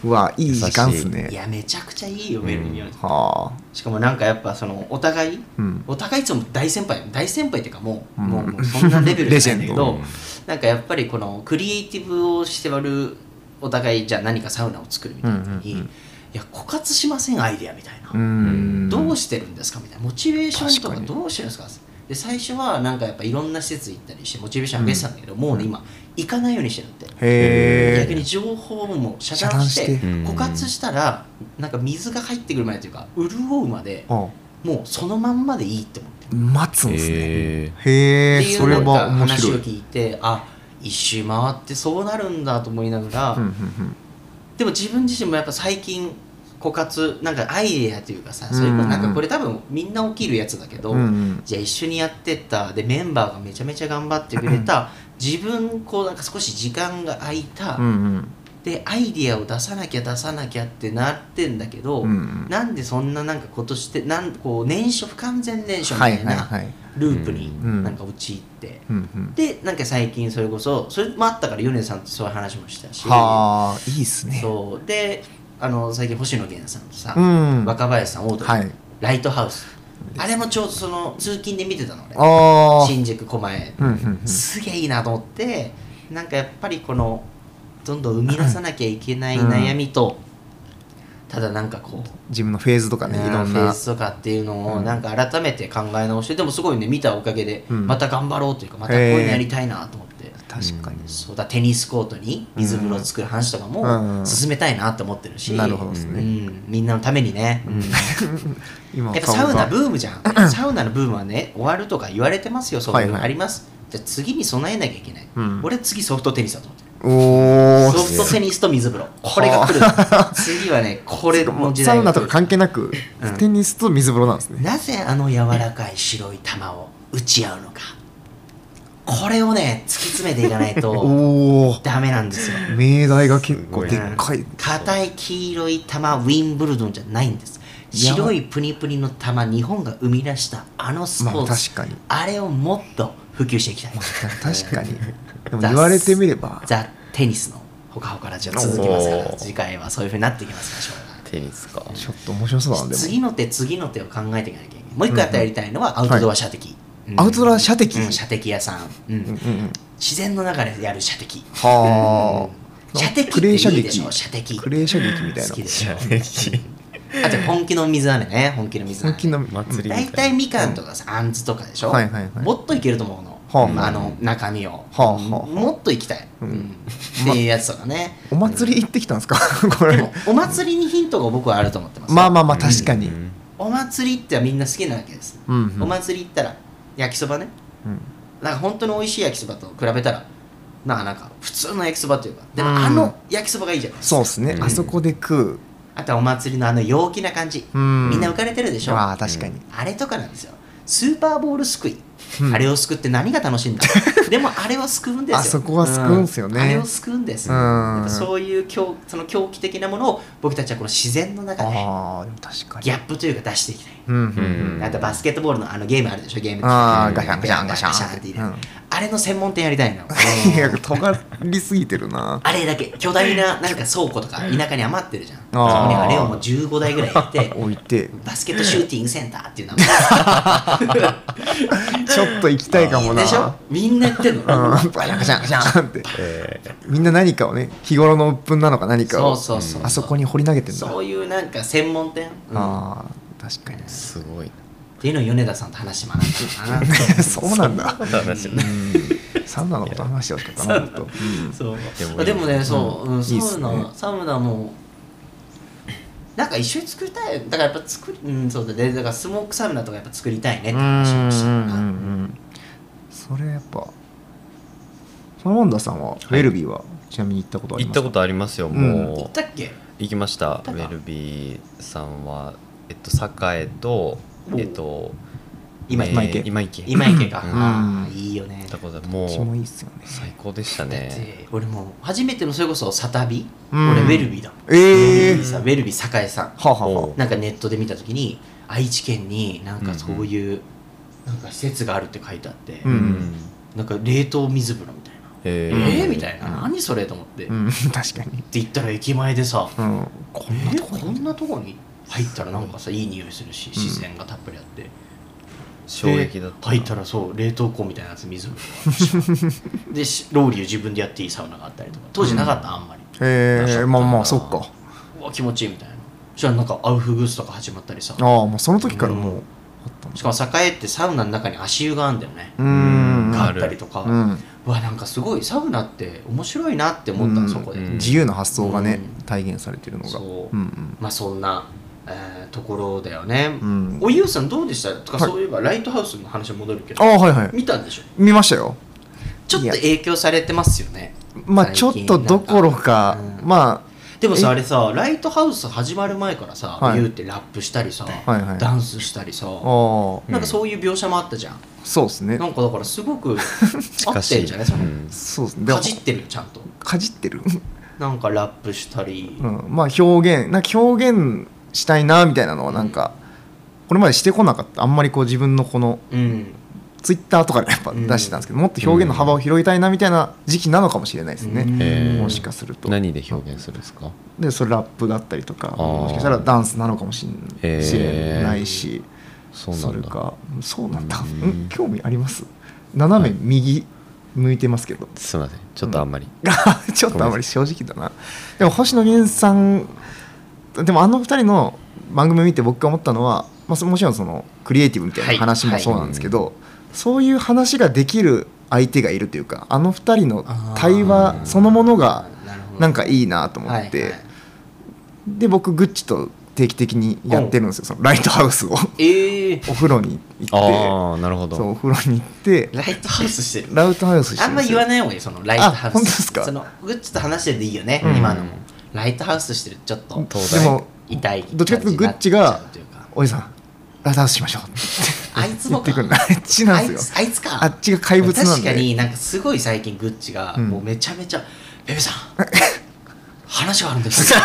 C: うわいい時間っすね
B: いやめちゃくちゃいいよメールによる
C: はあ
B: しかもなんかやっぱそのお互い
C: うん
B: お互いいつも大先輩大先輩っていうかもう,、
C: うん
B: もうもうそんなレベルじゃないんだけ
C: レジェ
B: どなんかやっぱりこのクリエイティブをしてるお互いじゃあ何かサウナを作るみたいな時に、
D: うんうんうん
B: いや枯渇しませんアイデアみたいな、
C: うん
B: どうしてるんですかみたいなモチベーションとか
C: 確かに
B: どうしてるんですかで最初はなんかやっぱいろんな施設行ったりしてモチベーション上げてたんだけど、もうね今行かないようにしてるって
C: へ
B: 逆
C: え
B: に情報も遮断して
C: 遮断して
D: うん
B: 枯渇したらなんか水が入ってくる前というか潤うまで
C: あ
B: もうそのまんまでいいって思って
C: 待つんですね
D: え
C: へえ
B: ってい
C: そうれ
B: なんか
C: は面
B: 話
C: 白
B: を
C: い
B: 聞いてあ一周回ってそうなるんだと思いながら、
C: うんうん
B: でも自分自身もやっぱ最近枯渇なんかアイデアというかさ、
C: うん
B: それこそなんかこれ多分みんな起きるやつだけど、
C: うんうん
B: じゃあ一緒にやってったでメンバーがめちゃめちゃ頑張ってくれた自分こうなんか少し時間が空いた、
C: うんうん
B: でアイデアを出さなきゃ出さなきゃってなってんだけど、
C: うんうん
B: なんでそんななんか今年ってなんこう年初不完全燃焼み
C: は
B: た
C: い
B: い
C: はい
B: な
C: はい
B: ループに
C: うん
B: なんか陥って。
C: うんうん
B: でなんか最近それこそそれもあったから米津さんとそういう話もしたし、
C: はあいいっすね
B: そうであの最近星野源さんとさ、
C: うん
B: 若林さんオードリー、
C: はい
B: ライトハウスあれもちょうどその通勤で見てたの俺
C: ああ
B: 新宿狛江、
C: うんうんうん
B: すげえいいなと思ってなんかやっぱりこのどんどん生み出さなきゃいけない悩みと、ただなんかこう
C: 自分のフェーズとかねいろん
B: フェー
C: な
B: ズとかっていうの
C: う
B: を
C: ん
B: なんか改めて考え直して、でもすごいね見たおかげで
C: うん
B: また頑張ろうというかまたこういうのやりたいなと思って、
C: 確かに
B: そうだテニスコートに水風呂作る話とか
C: うんう
B: も
C: ん
B: 進めたいなと思ってるし、
C: なるほどです
B: う
C: ね
B: ん、みんなのためにね、
C: 今
B: やっぱサウナ
C: 顔が
B: ブームじ ゃんサウナのブームはね終わるとか言われてますよそんな
C: はいは
B: の
C: い
B: あります、じゃあ次に備えなきゃいけない、
C: うん
B: 俺次ソフトテニスだと思ってる
C: おお
B: ソフトテニスと水風呂これが来る 次はねこれの時
C: サ
B: 代
C: ウ
B: が
C: ナ
B: 来
C: と
B: る
C: か関係なく、
B: うん
C: テニスと水風呂なんですね
B: なぜあの柔らかい白い球を打ち合うのかこれをね突き詰めていかないと
C: おお
B: ダメなんですよ
C: 命題が結構でっかい、
B: 硬い黄色い球ウィンブルドンじゃないんです白いプニプニの球日本が生み出したあのスポ
C: まあ
B: ーツ、
C: 確かに
B: あれをもっと普及していきたい
C: 確か にでも言われてみれば
B: ザ・テニスのほかほかラジオ続きますか
D: お
B: ら
D: ー
B: 次回はそういうふうになっていきますでしょうが
D: テニスか
C: ちょっと面白そうだなでも
B: 次の手次の手を考えていかなきゃいけないもう一個やったらやりたいのはアウトドア射的、うん
C: アウトドア射的、
B: うん射的屋さん、うん
C: うんうん、
B: 自然の中でやる射的
C: はあ
B: 射的っ
C: ク
B: て
C: レ
B: い
C: ー射
B: いでしょ
C: 撃
B: 射的
C: クレー射撃みたい
B: 好き
C: な
B: でしょ
D: 的
B: あと本気の水飴ね本気の水飴
C: 本気の
D: 祭り
B: 大体みかんとかさ、あんずとかでしょ、
C: はいはいはい
B: もっといけると思うの、
C: はあはあ
B: あの中身を、
C: あはあ
B: もっといきたい、うんっていうやつとかね
C: お祭り行ってきたんですか こ
B: で
C: れ
B: もお祭りにヒントが僕はあると思ってますよ
C: まあまあまあ確かに、
D: うん
B: お祭りってみんな好きなわけです、
C: うんうん
B: お祭り行ったら焼きそばね
C: うん
B: なんか本当に美味しい焼きそばと比べたらなんかなんか普通の焼きそばというかでも
C: うん
B: あの焼きそばがいいじゃないですか
C: そうですね、
D: うん
C: あそこで食う
B: あとはお祭りのあの陽気な感じ、
C: うん
B: みんな浮かれてるでしょ
C: ああ確かに、
B: あれとかなんですよスーパーボールすくい、
C: うん
B: あれをすくって何が楽しいん だでもあれはすくうんですよ
C: あそこはすくうんすよね
B: あれをすくうんです、
C: うん
B: やっぱそういう狂その狂気的なものを僕たちはこの自然の中で
C: ああでも確かに
B: ギャップというか出していきたい、
C: うんうんうん
D: うん
B: あとバスケットボールのあのゲームあるでしょゲーム
C: ああ
B: うん
C: ガシャンガシャンガシャン
B: って入れ
C: う
B: る
C: ん
B: あれの専門店やりたいの
C: いや尖りすぎてるな
B: あれだけ巨大ななんか倉庫とか田舎に余ってるじゃんそ
C: あー
B: こにあれをもう15台ぐらい入 れて
C: 置いて
B: バスケットシューティングセンターっていう名前
C: ちょっと行きたいかもな
B: でしょみんなやってんの、
C: うんガシャンガシャンガシャンって
D: えー
C: みんな何かをね日頃の鬱憤なのか何か
B: そ
C: を
B: うそうそう、
C: あそこに掘り投げてんだ
B: そういうなんか専門店、うんっ
C: ああ確かに
D: すごい
B: ていうのを米田さんと話して学んだのか
C: そうなんだ
D: な話だ
C: サウナのこと話してほしかったなもっと
B: なそう
D: でも
B: あでもねそう、うん
C: いいっすね
B: サウナサウナもなんか一緒に作りたいだからやっぱ作りうんそうだねだからスモークサウナとかやっぱ作りたいねって
C: うんう
B: 話をした
C: んう
B: な、
C: んうんそれやっぱそのモンダさんはウェルビーはちなみに行ったことあり
D: 行っ
C: ます
D: たこ
C: か
D: とありますよ
C: うん
B: 行
D: も
B: っ
D: う
B: たっけ
D: 行きましたウ
B: 行ったか
D: ェルビーさんはえっと栄と
B: おう
D: えっと
B: 今
D: えー
C: 今池
D: 今池
B: 今池か、
D: うん
B: あーいいよね
D: 行った
B: だ
D: ことあるも
C: 私も
D: う
C: いいっすよね
D: 最高でした
B: っ
D: ね
B: て俺もう初めてのそれこそサタビ、
C: うん
B: 俺ウェルビーだもん
C: え
B: ウェ
C: え
B: ルビーさんウェルビー栄さん
C: はあはあは
D: おう
B: なんかネットで見た時に愛知県になんかそういうなんか施設があるって書いてあって、
C: うん
B: なんか冷凍水風呂みたいな、
D: え
B: えー、み
D: い
B: たいな何それと思って、
C: う
B: っ
C: ん 確かに
B: て言ったら駅前でさ、
C: うん
B: こんなとここんなとこに入ったらなんかさいい匂いするし自然がたっぷりあって、
D: 衝撃だっ
B: で
D: た
B: 入ったらそう冷凍庫みたいなやつ水風呂があるしでしロウリュ自分でやっていいサウナがあったりとか当時なかった、あんまり
C: へええまあまあそっか
B: うわ気持ちいいみたいなそしたらなんかアウフグースとか始まったりさ
C: ああもうその時からもう
B: もうしかも栄ってサウナの中に足湯があるんだよね
C: うーん
B: があったりとか、
C: うん
B: うわなんかすごいサウナって面白いなって思ったの、
C: うん
B: そこで、
D: うん
C: 自由な発想がね
B: う
C: 体現されてるのが
B: そう
C: うん
B: まあそんな、えーところだよね、
C: うん
B: おゆうさんどうでしたとか、
C: はい
B: そういえばライトハウスの話戻るけ
C: あ
B: ど
C: あはいはい
B: 見たんでしょ
C: 見ましたよ
B: ちょっと影響されてますよね
C: まあ
B: 最
C: ちょっ
B: 近
C: とどころか
B: なんかうん
C: ま
B: でも
C: え
B: さあれさライトハウス始まる前からさ、
C: はい
B: ゆうってラップしたりさ、
C: はいはい
B: ダンスしたりさ、
C: あああ
B: なんかそういう描写もあったじゃん、
C: そうですね
B: なんかだからすご く合ってんじゃないその、
D: うん
C: そうですねでも
B: かじってるよちゃんと
C: かじってる
B: なんかラップしたり、
C: うんまあ表現なんか表現したいなみたいなのはなんかこれまでしてこなかったあんまりこう自分のこの
B: うん
C: ツイッターとかでやっぱ出してたんですけど、もっと表現の幅を広げたいなみたいな時期なのかもしれないですね、
D: えー
C: もしかすると
D: 何で表現するんですか
C: でそれラップだったりとか
D: あー
C: もしかしたらダンスなのかもし
D: え
C: れ
D: ー
C: しれないし、
D: そうな
C: そ
D: ん
C: れ
D: だ
C: かそうなんだ、
D: うん
C: うん興味あります斜め右向いてますけど、
D: すいませんちょっとあんまり、
C: ちょっとあまり正直だなでも星野源さんでもあの二人の番組見て僕が思ったのは、まあ、そもちろんそのクリエイティブみたいな話もそうなんですけど、そういう話ができる相手がいるというかあの二人の対
B: あー
C: 話そのものが
B: なるほど
C: なんかいいなと思って、
B: はいはい
C: で僕グッチと定期的にやってるんですよそのライトハウスを
B: ええ
C: お風呂に行っ
D: ああなるほ
C: て
D: ど
C: そうお風呂に行って
B: ライトハウスしてる
C: ライトハウスして
B: あ
C: る
B: ん
C: ん
B: ま
C: です
B: 言
C: よ
B: わない方がいいそのライトハウス
C: あ本当ですか
B: そのグッチと話してでいいよね、
C: うん
B: 今のもライトハウスしてるちょっと
D: 東
C: で
D: 大
C: も
B: 痛い
C: どっちかっていうとグッチがおじさんライトハウスしましょうって
B: あいつ
C: 言
B: も
C: っ
B: か
C: てくる のあっちなんですよ
B: あいつあいつか
C: あっちが怪物なん
B: 確か
C: で
B: になんかすごい最近グッチが
C: うん
B: もうめちゃめちゃ「ベベさん 話があるんですよ」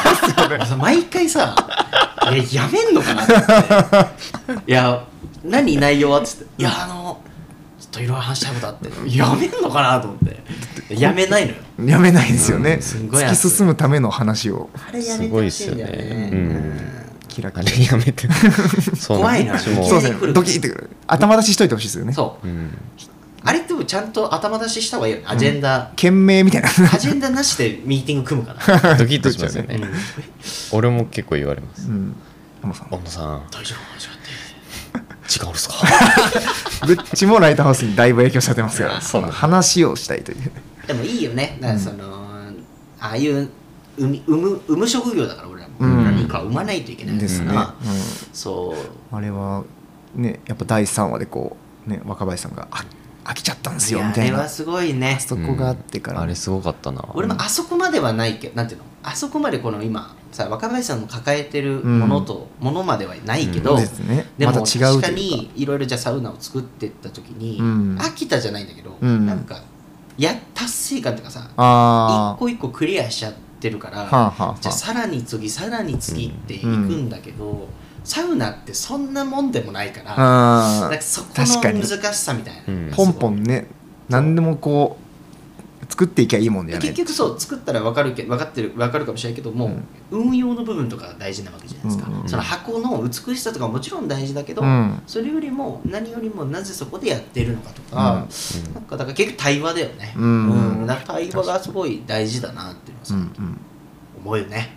B: 毎回さ「いややめんのかな?」って思って「いや何内容は?」っつって「いやあのちょっといろいろ話したいことあってやめんのかな?」と思ってやめないのよ
C: やめないんですよね
B: うんすごい
C: 突き進むための話を
B: あれや
D: や
B: めて
D: めて
B: ほ
D: ほ
B: し
D: し
B: い
D: い
B: ん
D: ん
B: だ
D: だ
B: よ
D: よ
B: ね
D: ね
C: キラキ
D: あ
C: ラ
D: れやめてそう
B: 怖い
D: な
B: なん
D: ですも
B: うん
C: そう
D: う
C: ですねドキッてくる頭出ししといてほしいですよね
B: そう
D: うん
B: あれでもちゃんと頭出しした方がいいよねアジェンダ
C: 賢明みたいな
B: アジェンダなしでミーティング組む から、
D: ドキッとしますよ
B: うん、
D: ね俺も結構言われます
C: うん山さん
D: 小野さ
B: 大丈
D: ん
B: 夫話があって
D: 時間あるっすか
C: グッチもライトハウスにだいぶ影響されてます から
D: そうなんだ
C: 話をしたいという
B: でもいいよねなんかその、ああいう産み産む産む職業だから俺らも、
C: うん
B: 何か産まないといけない
C: ですね、
B: か
C: う
B: ら
C: ん
B: そう
C: あれはねやっぱ第3話でこう、ね、若林さんがあ「飽きちゃったんです
B: い
C: よ」
B: や
C: み
B: あ
C: たい
B: れ
C: な
B: はすごいね
C: そこがあってから、
D: あれすごかったな
B: 俺も
D: あ
B: あそこまではないけどなんていうのあそこまでこの今さ若林さんの抱えてるものと、ものまではないけど、
C: ですね
B: で
C: ま
B: も
C: た違うというか
B: 確かにいろいろじゃあサウナを作ってった時に、
C: うん
B: 飽きたじゃないんだけど、
C: うん
B: なんかや達成感とかさ一
C: あー
B: 個一個クリアしちゃってるから、
C: はあはあはあ
B: じゃあさらに次さらに次っていくんだけど、サウナってそんなもんでもないから、なん
C: あ
B: か
C: ー
B: そこ
C: 確か
B: の
C: に
B: 難しさみたいな、
D: うん
C: ポンポンね何でもこう作っていきゃいいもんじゃない
B: 結局そう作ったら分かるけ分かってる分かるかもしれないけども、運用の部分とかが大事なわけじゃないですか、
C: うんうん
B: その箱の美しさとかももちろん大事だけど、
C: うん
B: それよりも何よりもなぜそこでやってるのかとか、なんかだから結局対話だよね、
C: うん
B: うだから対話がすごい大事だなっていうのは
C: う
B: さ、
C: ん
B: 思うよね、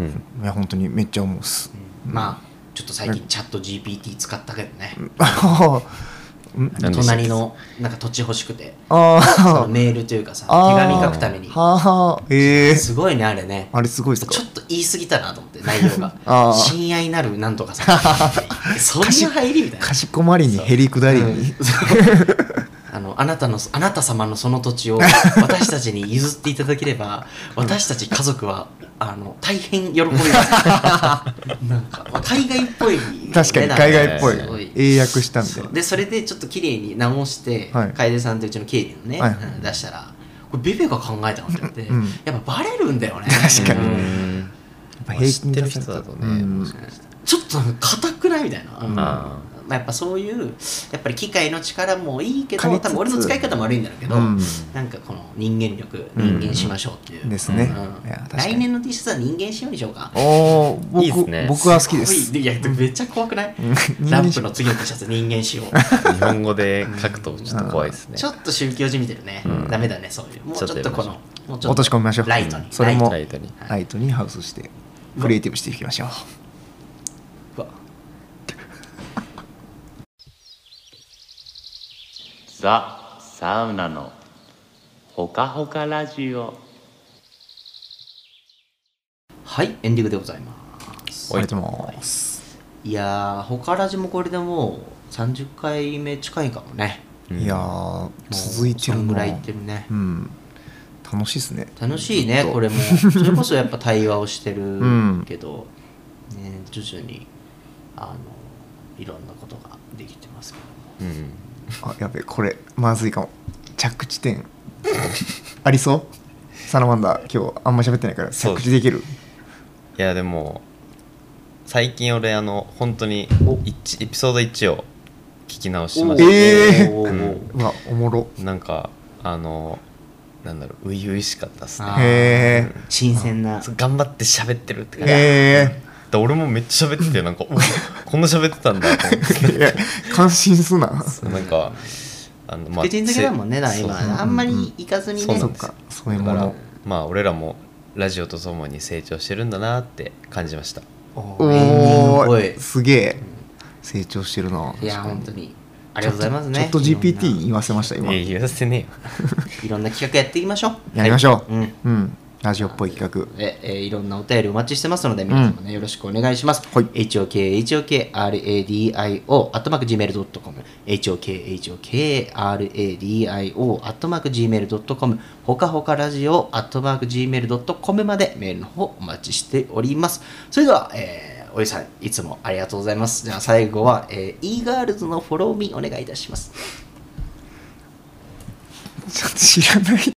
D: うん
C: うんいや本当にめっちゃ思うっ す、
B: まあちょっと最近チャット GPT 使ったけどね、
C: あーん
D: 何でしたっけ
B: 隣のなんか土地欲しくて
C: あ
B: その
C: ー
B: メールというかさ手
C: あー
B: 紙書くために
C: はあええ
B: すごいねあれね
C: あれすごいっすか
B: ちょっと言い過ぎたなと思って内容
C: あ
B: が
C: ー
B: 親愛なるなんとかさそんな入りみたいな
C: かしこまりにへりくだりに、
B: あのあなたのあなた様のその土地を私たちに譲っていただければ私たち家族はあの大変喜びます なんかまあ海外っぽいね
C: 確かに
B: なんね
C: 海外っぽい
B: すごい
C: 英訳したんで
B: そうでそれでちょっと綺麗に直して、
C: はい
B: 楓さんとうちの経理のね、
C: はい
B: うん出したらこれベベが考えたのって言って、
C: うん
B: やっぱバレるんだよね
C: 確かに
B: うん
C: やっぱ
D: 知ってる
C: 出せ
D: 人
C: ると
D: だとね、
C: うん
D: もしかした
B: ちょっとなんか硬くないみたいな、
D: ら、あ
B: まあ、やっぱそういうやっぱり機械の力もいいけ
C: 借
B: ど
C: りつ
B: 多
C: つ
B: 分俺の使い方も悪いんだろうけど、
C: うん
B: なんかこの人間力
D: うん
B: 人間しましょうっていう、
C: ですね
B: うん
C: いや確かに
B: 来年の T シャツは人間しようにしようか
C: おー僕
D: いいっすね
C: 僕は好きです
B: ごいいやめっちゃ怖くない
C: 人
B: ラ
C: 間
B: ン
C: し
B: プ
C: よ
B: の次の T シャツ人間しよう
D: ー日本語で書くとちょっと怖いですね
B: ちょっと宗教じみてるね、ダメだねそういうもうちょっ
D: ちょっ
B: と
D: とやめま
B: こ
D: しょう
B: のもうちょっ
C: 落とし込みましょう
B: ライトに
C: それも
D: ライトに
C: ライトにハウスしてクリエイティブしていきましょう
B: うわ
F: ザ・サウナのほかほかラジオ
B: はいエンディングでございます
C: ありがとうございます
B: いやーほからじもこれでもう30回目近いかもね
C: いやー続い
B: もうそ
C: てる
B: んぐ
C: な
B: らいいってるね
C: うん楽しいですね
B: 楽しいねこれもそれこそやっぱ対話をしてる
C: ん
B: けど、ね、徐々にあのいろんなことができてますけども
C: あやべこれまずいかも着地点 ありそうサラマンダー今日あんま喋ってないから
D: そう
C: 着地できる
D: いやでも最近俺あの本当に一エピソード1を聞き直しまし
C: えー
B: おー
D: うん
C: うわおもろ
D: たなんかあのなんだろう初々しかったっす
B: あー
D: ね
C: へー
B: 新鮮な
D: そう頑張って喋ってるって感じ
C: え
D: だ俺もめっちゃ喋っててなんかおこんな喋ってたんだと思って
C: ー、いや感心すな
D: なんか、あの、ま
B: 福神漬けだもんねだから
D: せ
B: 今
D: そう
B: あんまり行かずに
D: そう
B: ね
D: な
C: そ
D: ん
C: っ
D: ですよ
C: かそういう
D: だ
C: も
D: から
C: の、
D: まあ、俺らもラジオとともに成長してるんだなって感じました。
B: おーエンディングっ
C: お
B: ぽ
C: ー
B: い
C: すげえ成長してるない
B: や本当にありがとうございますね
C: ちょっと
B: いろんな
C: GPT 言わせました今
D: え、言わせね
B: いろんな企画やっていきましょう
C: やりましょう、
B: はいうん
C: うん、ラジオっぽい企画
B: ええーいろんなお便りお待ちしてますので皆様ね、よろしくお願いします。
C: はい
B: hokhokradio.gmail.com hokhokradio.gmail.com ほかほかラジオ .gmail.com までメールの方お待ちしております。それでは、えーおじさんいつもありがとうございます。じゃあ最後は、えー、e-girls のフォローミーお願いいたします。
C: ちょっと知らない